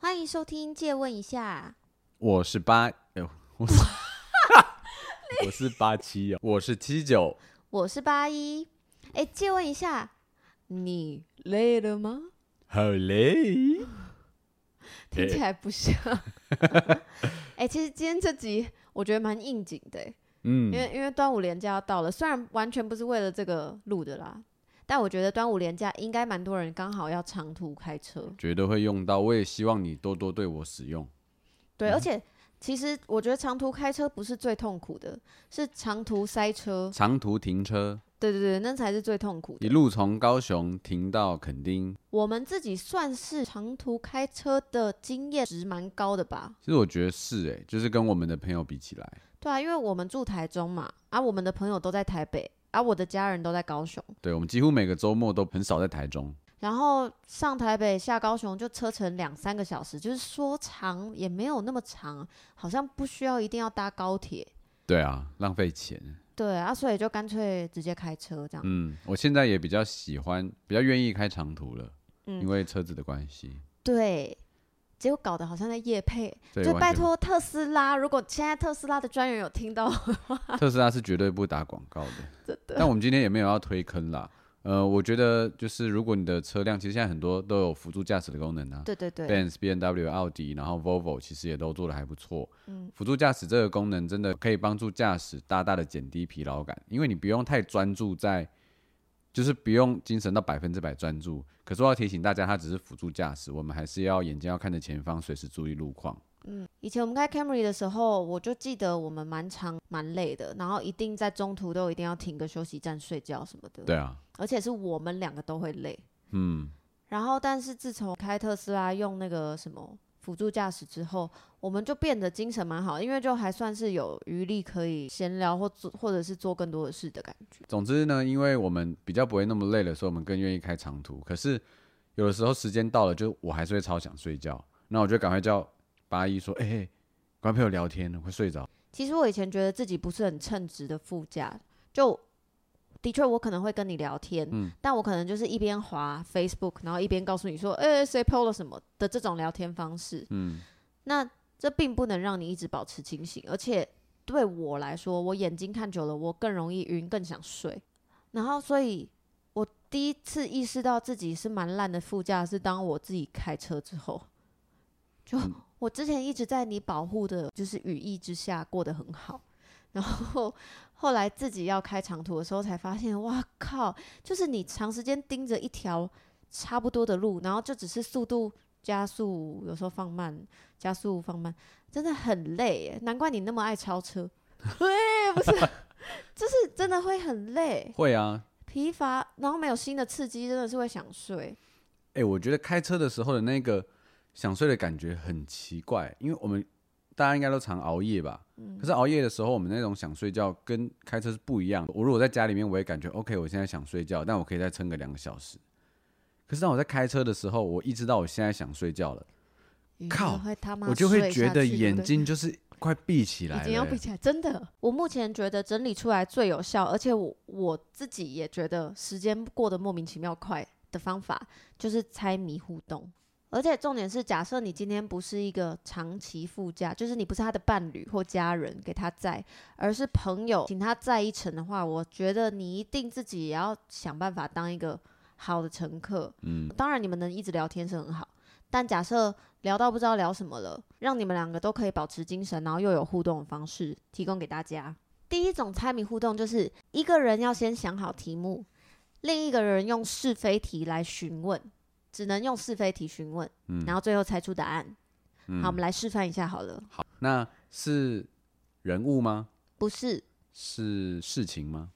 欢迎收听，借问一下，我是八，哎呦 我是我是八七哦，我是七九，我是八一。哎，借问一下，你累了吗？好嘞，听起来不像。哎，其实今天这集我觉得蛮应景的，哎因嗯，为因为端午连假要到了，虽然完全不是为了这个录的啦，但我觉得端午连假应该蛮多人刚好要长途开车，绝对会用到，我也希望你多多对我使用。对，而且。其实我觉得长途开车不是最痛苦的，是长途塞车。长途停车，对对对，那才是最痛苦的一。路从高雄停到垦丁，我们自己算是长途开车的经验值蛮高的吧？其实我觉得是哎、就是跟我们的朋友比起来，对啊，因为我们住台中嘛，啊，我们的朋友都在台北，啊，我的家人都在高雄，对我们几乎每个周末都很少在台中，然后上台北下高雄就车程两三个小时，就是说长也没有那么长，好像不需要一定要搭高铁。对啊，浪费钱。对啊，所以就干脆直接开车这样。嗯，我现在也比较喜欢，比较愿意开长途了，嗯因为车子的关系。对，结果搞得好像在夜配，对就完拜全托特斯拉，如果现在特斯拉的专员有听 到，特斯拉是绝对不打广告的，真的但我们今天也没有要推坑啦。呃，我觉得就是如果你的车辆，其实现在很多都有辅助驾驶的功能啊对对对， ，Benz、B N W、奥迪，然后 Volvo 其实也都做的还不错。嗯辅助驾驶这个功能真的可以帮助驾驶大大的减低疲劳感，因为你不用太专注在，就是不用精神到百分之百专注。可是我要提醒大家，它只是辅助驾驶，我们还是要眼睛要看着前方，随时注意路况。以前我们开 Camry 的时候，我就记得我们蛮长蛮累的，然后一定在中途都一定要停个休息站睡觉什么的。，对啊，而且是我们两个都会累。嗯，然后，但是自从开特斯拉用那个什么辅助驾驶之后，我们就变得精神蛮好，因为就还算是有余力可以闲聊或做或者是做更多的事的感觉。总之呢，因为我们比较不会那么累的时候，我们更愿意开长途。可是有的时候时间到了，就我还是会超想睡觉，那我就赶快叫八一说：“哎、欸，跟朋友聊天，我会睡着。其实我以前觉得自己不是很称职的副驾，就的确我可能会跟你聊天，但我可能就是一边滑 Facebook，然后一边告诉你说，哎、谁 PO 了什么的这种聊天方式”。嗯，那这并不能让你一直保持清醒，而且对我来说，我眼睛看久了，我更容易晕，更想睡。然后，所以我第一次意识到自己是蛮烂的副驾，是当我自己开车之后，就、我之前一直在你保护的，就是羽翼之下过得很好。然后后来自己要开长途的时候，才发现，哇靠！就是你长时间盯着一条差不多的路，然后就只是速度加速，有时候放慢，加速放慢，真的很累耶，难怪你那么爱超车。 对，不是，就是真的会很累、会啊。疲乏，然后没有新的刺激，真的是会想睡。哎、我觉得开车的时候的那个想睡的感觉很奇怪，因为我们大家应该都常熬夜吧。可是熬夜的时候，我们那种想睡觉跟开车是不一样的。我如果在家里面，我也感觉 OK，我现在想睡觉，但我可以再撑个两个小时。可是当我在开车的时候，我意识到我现在想睡觉了，你靠就嗯会他妈我就会睡觉下得去眼对不对睛就是快闭起来已了经要闭欸。起来，真的。我目前觉得整理出来最有效，而且我我自己也觉得时间过得莫名其妙快的方法，就是猜谜互动。而且重点是，假设你今天不是一个长期副驾，就是你不是他的伴侣或家人给他载，而是朋友请他载一程的话，我觉得你一定自己也要想办法当一个好的乘客。嗯，当然你们能一直聊天是很好，但假设聊到不知道聊什么了，让你们两个都可以保持精神，然后又有互动的方式提供给大家。第一种猜谜互动就是一个人要先想好题目，另一个人用是非题来询问，只能用是非题询问，嗯然后最后猜出答案。嗯好，我们来示范一下好了。好，那是人物吗？不是，是事情吗？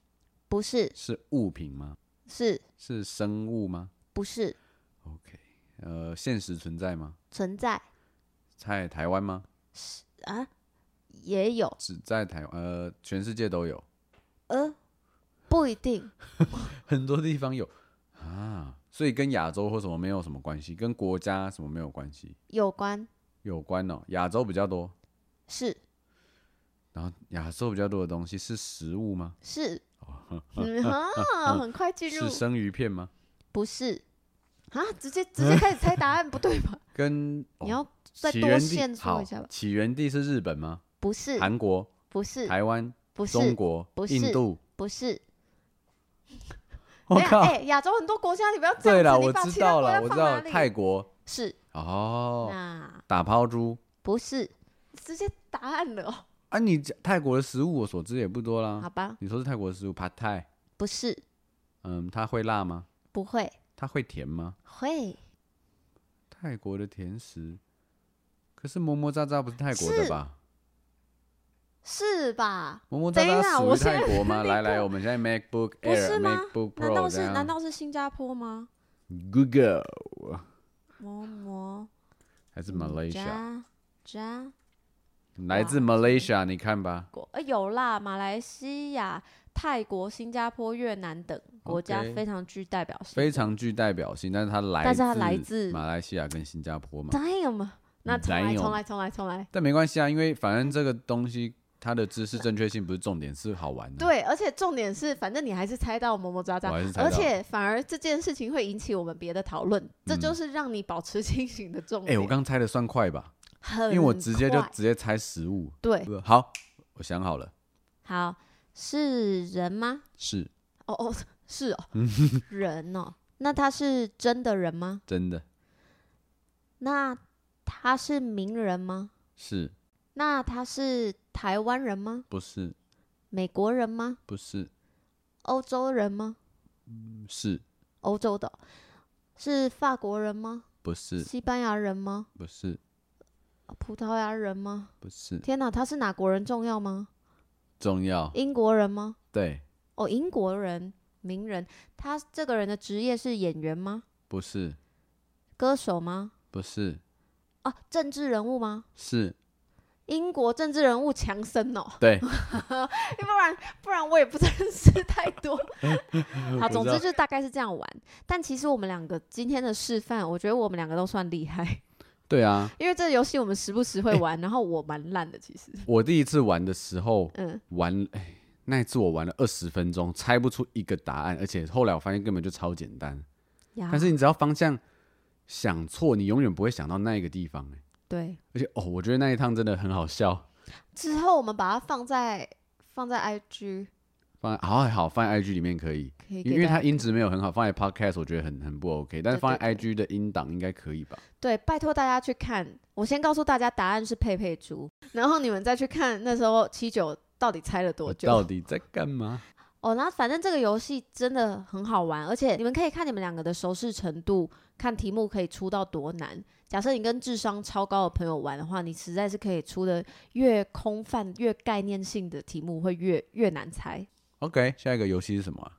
不是，是物品吗？是是生物吗不是？OK，呃，现实存在吗？存在在台湾吗？啊？也有，只在台湾，呃，全世界都有，呃，不一定，很多地方有啊，所以跟亚洲或什么没有什么关系，跟国家什么没有关系，有关有关哦。亚洲比较多，是然后亚洲比较多的东西是食物吗？ 是，嗯哈，很快进入是生鱼片吗？ 不是啊，直接直接开始猜答案不对吧？跟你要再起多源地线索好一下吧，。起源地是日本吗？不是，韩国、不是，台湾、不中是，国不、是印度。不是。 我等一下靠！哎，亚洲很多国家，你不要这对样了，子，你我把知其他道国了，家我知放道哪了里？泰国是，哦，那打抛猪不是，直接答案了哦，啊！你讲泰国的食物我所知也不多啦好。吧，你说是泰国的食物，帕泰，不是，嗯，它会辣吗？不会，它会甜吗？会泰国的甜食，可是么么喳喳不是泰国的是吧？是吧？么么喳等一下喳属我于现在泰 国吗？来来，我们现在 MacBook 不是 Air、吗 MacBook 难道 Pro 是这难样道是新加坡吗？ ，Google 么么还是 Malaysia？加加来自 Malaysia，你看吧。国呃有啦，马来西亚、泰国、新加坡、越南等国家 OK 非常具代表性。非常具代表性，但是它来但是它来自马来西亚跟新加坡嘛， Damn，那嗯重来， Damn 重来，重来，重来。但没关系啊，因为反正这个东西它的知识正确性不是重点，是好玩的。，对，而且重点是，反正你还是猜到么么喳我还是喳，猜到啊而且反而这件事情会引起我们别的讨论，这嗯就是让你保持清醒的重哎、点。我刚猜的算快吧，很因为我直接就嗯快直接猜食物。对，不好，我想好了，好，是人吗？是哦哦，是哦，嗯 人哦，那他是真的人吗？真的，那他是名人吗？是那他是台湾人吗？不是美国人吗？不是欧洲人吗？是欧洲的哦是法国人吗？不是西班牙人吗？不是葡萄牙人吗？不是天哪，他是哪国人重要吗？重要？英国人吗？对，哦，英国人，名人。他这个人的职业是演员吗？不是歌手吗？不是啊，政治人物吗？是，英国政治人物强森哦， 对，不然不然我也不认识太 多。好，我总知之道就是大概是这样玩。但其实我们两个今天的示范，我觉得我们两个都算厉害，对啊，因为这个游戏我们时不时会哎玩，然后我蛮烂的，其实。我第一次玩的时候，嗯，玩，哎，那一次我玩了二十分钟，猜不出一个答案，而且后来我发现根本就超简单。呀但是你只要方向想错，你永远不会想到那一个地方、哎，对，而且哦，我觉得那一趟真的很好笑。之后我们把它放在放在 IG，放在好还好，放在 IG 里面可以，可以给因为大家它音质没有很好，放在 Podcast 我觉得很很不 OK，但是对放在对 IG 的音档应该可以吧？对，拜托大家去看。我先告诉大家答案是佩佩猪，然后你们再去看那时候七九到底猜了多我久。到底在干嘛？哦，那反正这个游戏真的很好玩，而且你们可以看你们两个的熟识程度，看题目可以出到多难。假设你跟智商超高的朋友玩的话，你实在是可以出的越空泛、越概念性的题目会越越难猜。 OK，下一个游戏是什么啊？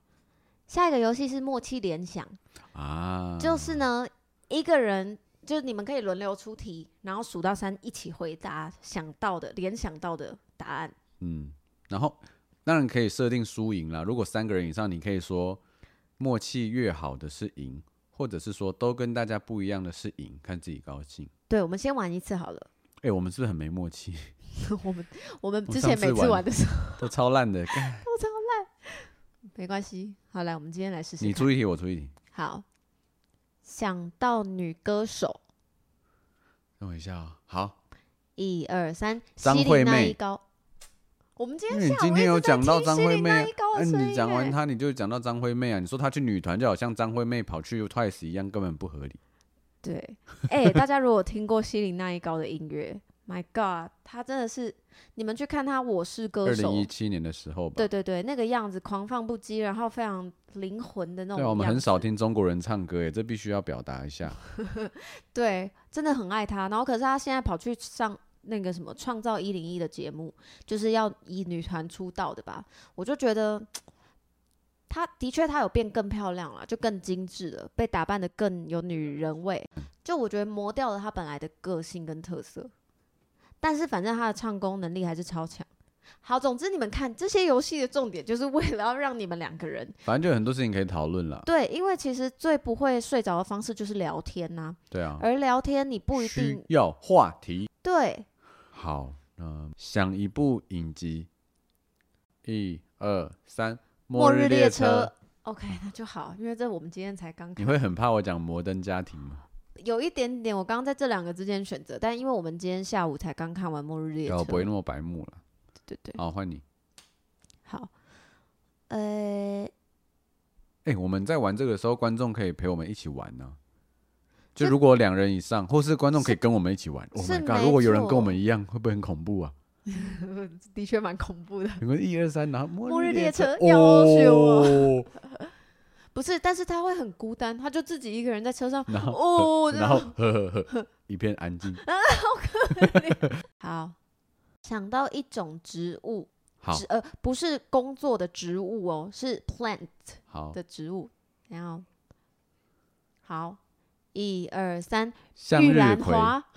下一个游戏是默契联想，啊就是呢，一个人就是你们可以轮流出题，然后数到三一起回答想到的、联想到的答案。嗯，然后当然可以设定输赢啦。如果三个人以上，你可以说默契越好的是赢，或者是说都跟大家不一样的是赢，看自己高兴。对，我们先玩一次好了。 哎、我们是不是很没默 契？我们我们我之上前每次次玩玩的时候。都超烂 的。干没关系，好，来，我们今天来试试看。你出一题，我出一题。好，想到女歌手，等我一下哦。好，一二三，张西惠林那妹一高。我们今因天为你下午今一直天有在讲到听张西惠林妹那啊一高哎、的声你讲音完耶她，你就讲到张惠妹啊。你说她去女团，就好像张惠妹跑去 Twice 一样，根本不合理。对，哎、大家如果听过西林那一高的音乐，My God，她真的是，你们去看她《我是歌二手零一》，七年的时候吧。对对对，那个样子狂放不羁，然后非常灵魂的那种对啊，我们样很少子听中国人唱歌耶，欸这必须要表达一下。对，真的很爱她。然后可是她现在跑去上那个什么《创造一零一》的节目，就是要以女团出道的吧？我就觉得，她的确她有变更漂亮了，就更精致了，被打扮的更有女人味。就我觉得磨掉了她本来的个性跟特色，但是反正她的唱功能力还是超强。好，总之你们看这些游戏的重点就是为了要让你们两个人反正就有很多事情可以讨论啦。对，因为其实最不会睡着的方式就是聊天呐、对啊，而聊天你不一定需要话题。对，好，那、想一部影集，一二三，《末日日列车》。 OK，那就好，因为这我们今天才刚你看。会很怕我讲《摩登家庭》吗？有一点点，我刚刚在这两个之间选择，但因为我们今天下午才刚看完《末日列车哦嗯我》，不会那么白目了。对对，好，换你。好，呃，哎、我们在玩这个的时候，观众可以陪我们一起玩呢、就这如果两人以上，或是观众可以是跟我们一起玩。Oh 是 my god！没如果有人跟错我们一样，会不会很恐怖啊？ 的确蛮恐怖的，你们一二三，然后末末日列列车要学我哦，不是，但是他会很孤单，他就自己一个人在 车上，然后哦，然后呵呵呵，一片安静。好，想到一种植物，好植呃不是工作的植物哦，是 plant 好，的植物。然后，好，一二三，向玉日兰葵。花。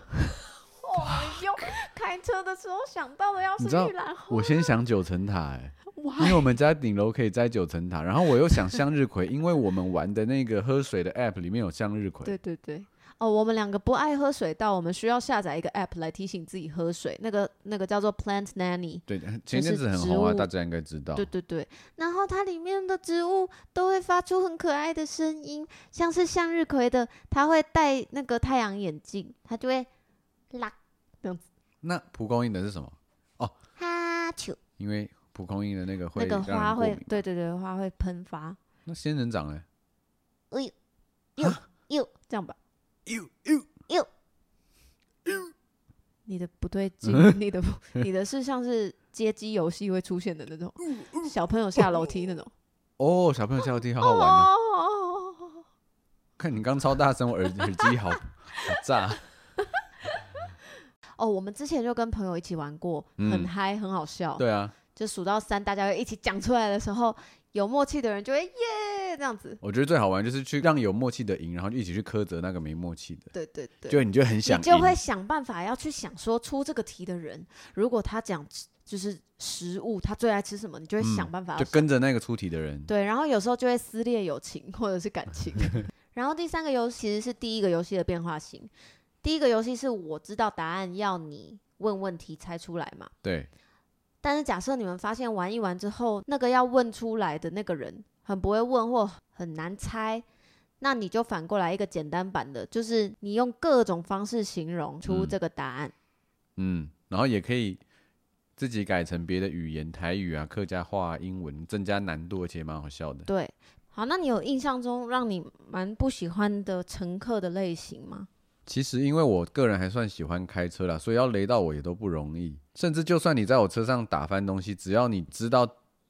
我们又开车的时候想到的要是你知道玉兰花，我先想九层塔、欸，哇因为我们家顶楼可以摘九层塔，然后我又想向日葵，因为我们玩的那个喝水的 app 里面有向日葵。对对对。哦，我们两个不爱喝水到，我们需要下载一个 app 来提醒自己喝水。那个那个叫做 Plant Nanny，对，是前阵子很植红啊，物大家应该知道对。对对，然后它里面的植物都会发出很可爱的声音，像是向日葵的，它会戴那个太阳眼镜，它就会啦那蒲公英的是什么？哈啾，因为蒲公英的那个会那个让人花过会敏，对对对，花会喷发，那仙人掌呢？哟，这样吧，呦呦，你的不对劲，你的不，你的是像是街机游戏会出现的那种，小朋友下楼梯那种，哦，小朋友下楼梯好哦好玩啊！哦，哦看你刚超大声，我耳耳机好好炸。 哦，我们之前就跟朋友一起玩过，很嗯嗨，很好笑，对啊，就数到三，大家会一起讲出来的时候，有默契的人就会耶这样子。我觉得最好玩就是去让有默契的赢，然后就一起去苛责那个没默契的，对对对，就你就很想你就赢会想办法要去想说出这个题的人，如果他讲吃就是食物，他最爱吃什么，你就会想办法要嗯就想、跟着那个出题的人。对，然后有时候就会撕裂友情或者是感 情。然后第三个游戏其实是第一个游戏的变化型，第一个游戏是我知道答案要你问问题猜出来嘛，对，但是假设你们发现玩一玩之后，那个要问出来的那个人很不会问或很难猜，那你就反过来一个简单版的，就是你用各种方式形容出嗯这个答案。嗯，然后也可以自己改成别的语言，台语啊、客家话、啊、英文，增加难度，而且也蛮好笑的。对，好，那你有印象中让你蛮不喜欢的乘客的类型吗？其实因为我个人还算喜欢开车啦，所以要雷到我也都不容易。甚至就算你在我车上打翻东西，只要你知道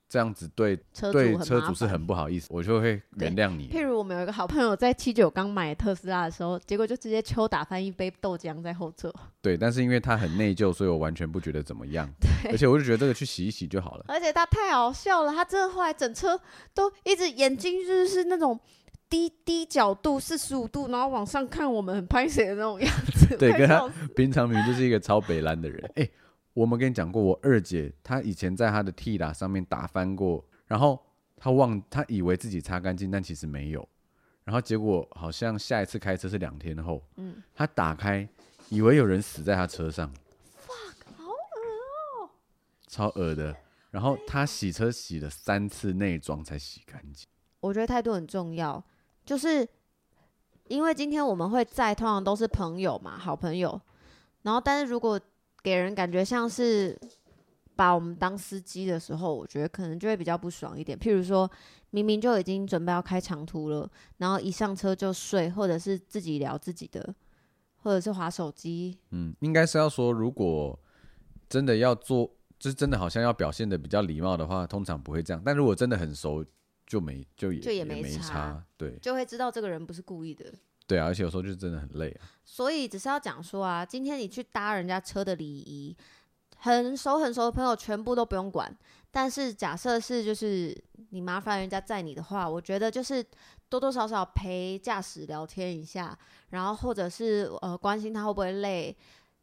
这样子对车主对很车麻主是烦很不好意思，我就会原谅你。譬如我们有一个好朋友在七九刚买特斯拉的时候，结果就直接抽打翻一杯豆浆在后座，对，但是因为他很内疚，所以我完全不觉得怎 么样。而且我就觉得这个去洗一洗就好了。而且他太好笑了，他真的后来整车都一直眼睛就是那种低低角度四十五度，然后往上看我们很拍谁的那种样 子。对快跟他笑死 平常明明就是一个超北蓝的人。 哎、我们跟你讲过，我二姐她以前在她的 T 打上面打翻过，然后她忘，她以为自己擦干净，但其实没有。然后结果好像下一次开车是两天后，嗯，她打开，以为有人死在她车上，好恶哦、超恶的。然后她洗车洗了三次内装才洗干净。我觉得态度很重要，就是因为今天我们会在，通常都是朋友嘛，好朋友。然后，但是如果给人感觉像是把我们当司机的时候，我觉得可能就会比较不爽一点。譬如说，明明就已经准备要开长途了，然后一上车就睡，或者是自己聊自己的，或者是划手机。嗯，应该是要说，如果真的要做，就是真的好像要表现的比较礼貌的话，通常不会这样。但如果真的很熟，就没就也就也也没没差对就会知道这个人不是故意的。对啊，而且有时候就真的很累啊。所以只是要讲说啊，今天你去搭人家车的礼仪，很熟很熟的朋友全部都不用管。但是假设是就是你麻烦人家载你的话，我觉得就是多多少少陪驾驶聊天一下，然后或者是呃关心他会不会累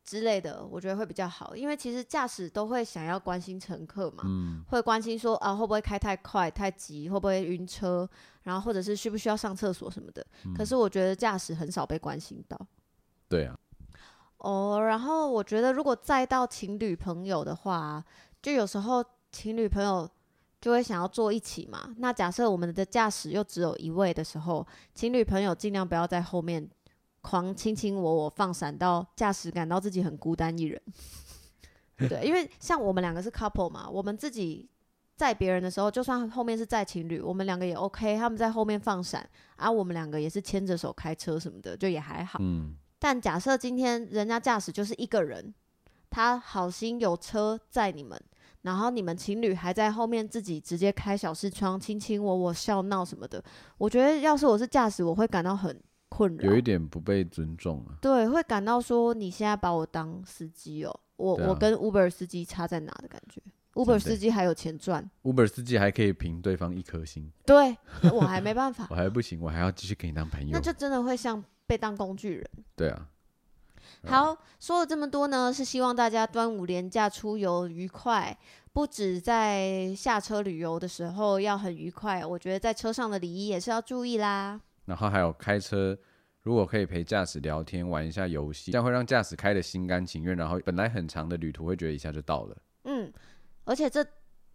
之类的，我觉得会比较好。因为其实驾驶都会想要关心乘客嘛，嗯，会关心说啊会不会开太快、太急，会不会晕车，然后或者是需不需要上厕所什么的。可是我觉得驾驶很少被关心到。对啊，哦，然后我觉得如果再到情侣朋友的话，就有时候情侣朋友就会想要坐一起嘛。那假设我们的驾驶又只有一位的时候，情侣朋友尽量不要在后面狂卿卿我我放闪到驾驶感到自己很孤单一人。对，因为像我们两个是 couple 嘛，我们自己载别人的时候，就算后面是载情侣，我们两个也 OK，他们在后面放闪，啊，我们两个也是牵着手开车什么的，就也还好。嗯，但假设今天人家驾驶就是一个人，他好心有车载你们，然后你们情侣还在后面自己直接开小视窗，卿卿我我笑闹什么的，我觉得要是我是驾驶，我会感到很困扰有一，点不被尊重啊。对，会感到说你现在把我当司机哦，我、对啊我跟 Uber 司机差在哪的感觉，Uber 司机还有钱赚， Uber 司机还可以评对方一颗星，对我还没办 法，我还不行，我还要继续跟你当朋友那。就真的会像被当工具人。对啊，好，说了这么多呢，是希望大家端午连假出游愉快，不止在下车旅游的时候要很愉快，我觉得在车上的礼仪也是要注意啦。然后还有开车，如果可以陪驾驶聊天、玩一下游戏，这样会让驾驶开的心甘情愿，然后本来很长的旅途会觉得一下就到了。嗯，而且这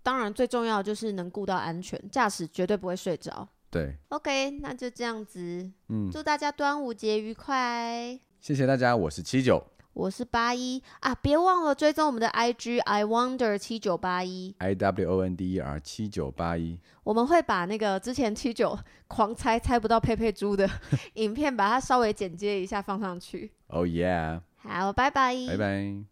当然最重要的就是能顾到安全，驾驶绝对不会睡着。对， OK，那就这样子，嗯，祝大家端午节愉快。谢谢大家，我是七九我是八一啊，别忘了追踪我们的 IG I Wonder 七九八一， I W O N D E R 七九八一，我们会把那个之前七九狂猜猜不到佩佩猪的 影片，把它稍微剪接一下放上去。 Oh yeah，好，拜拜，拜拜。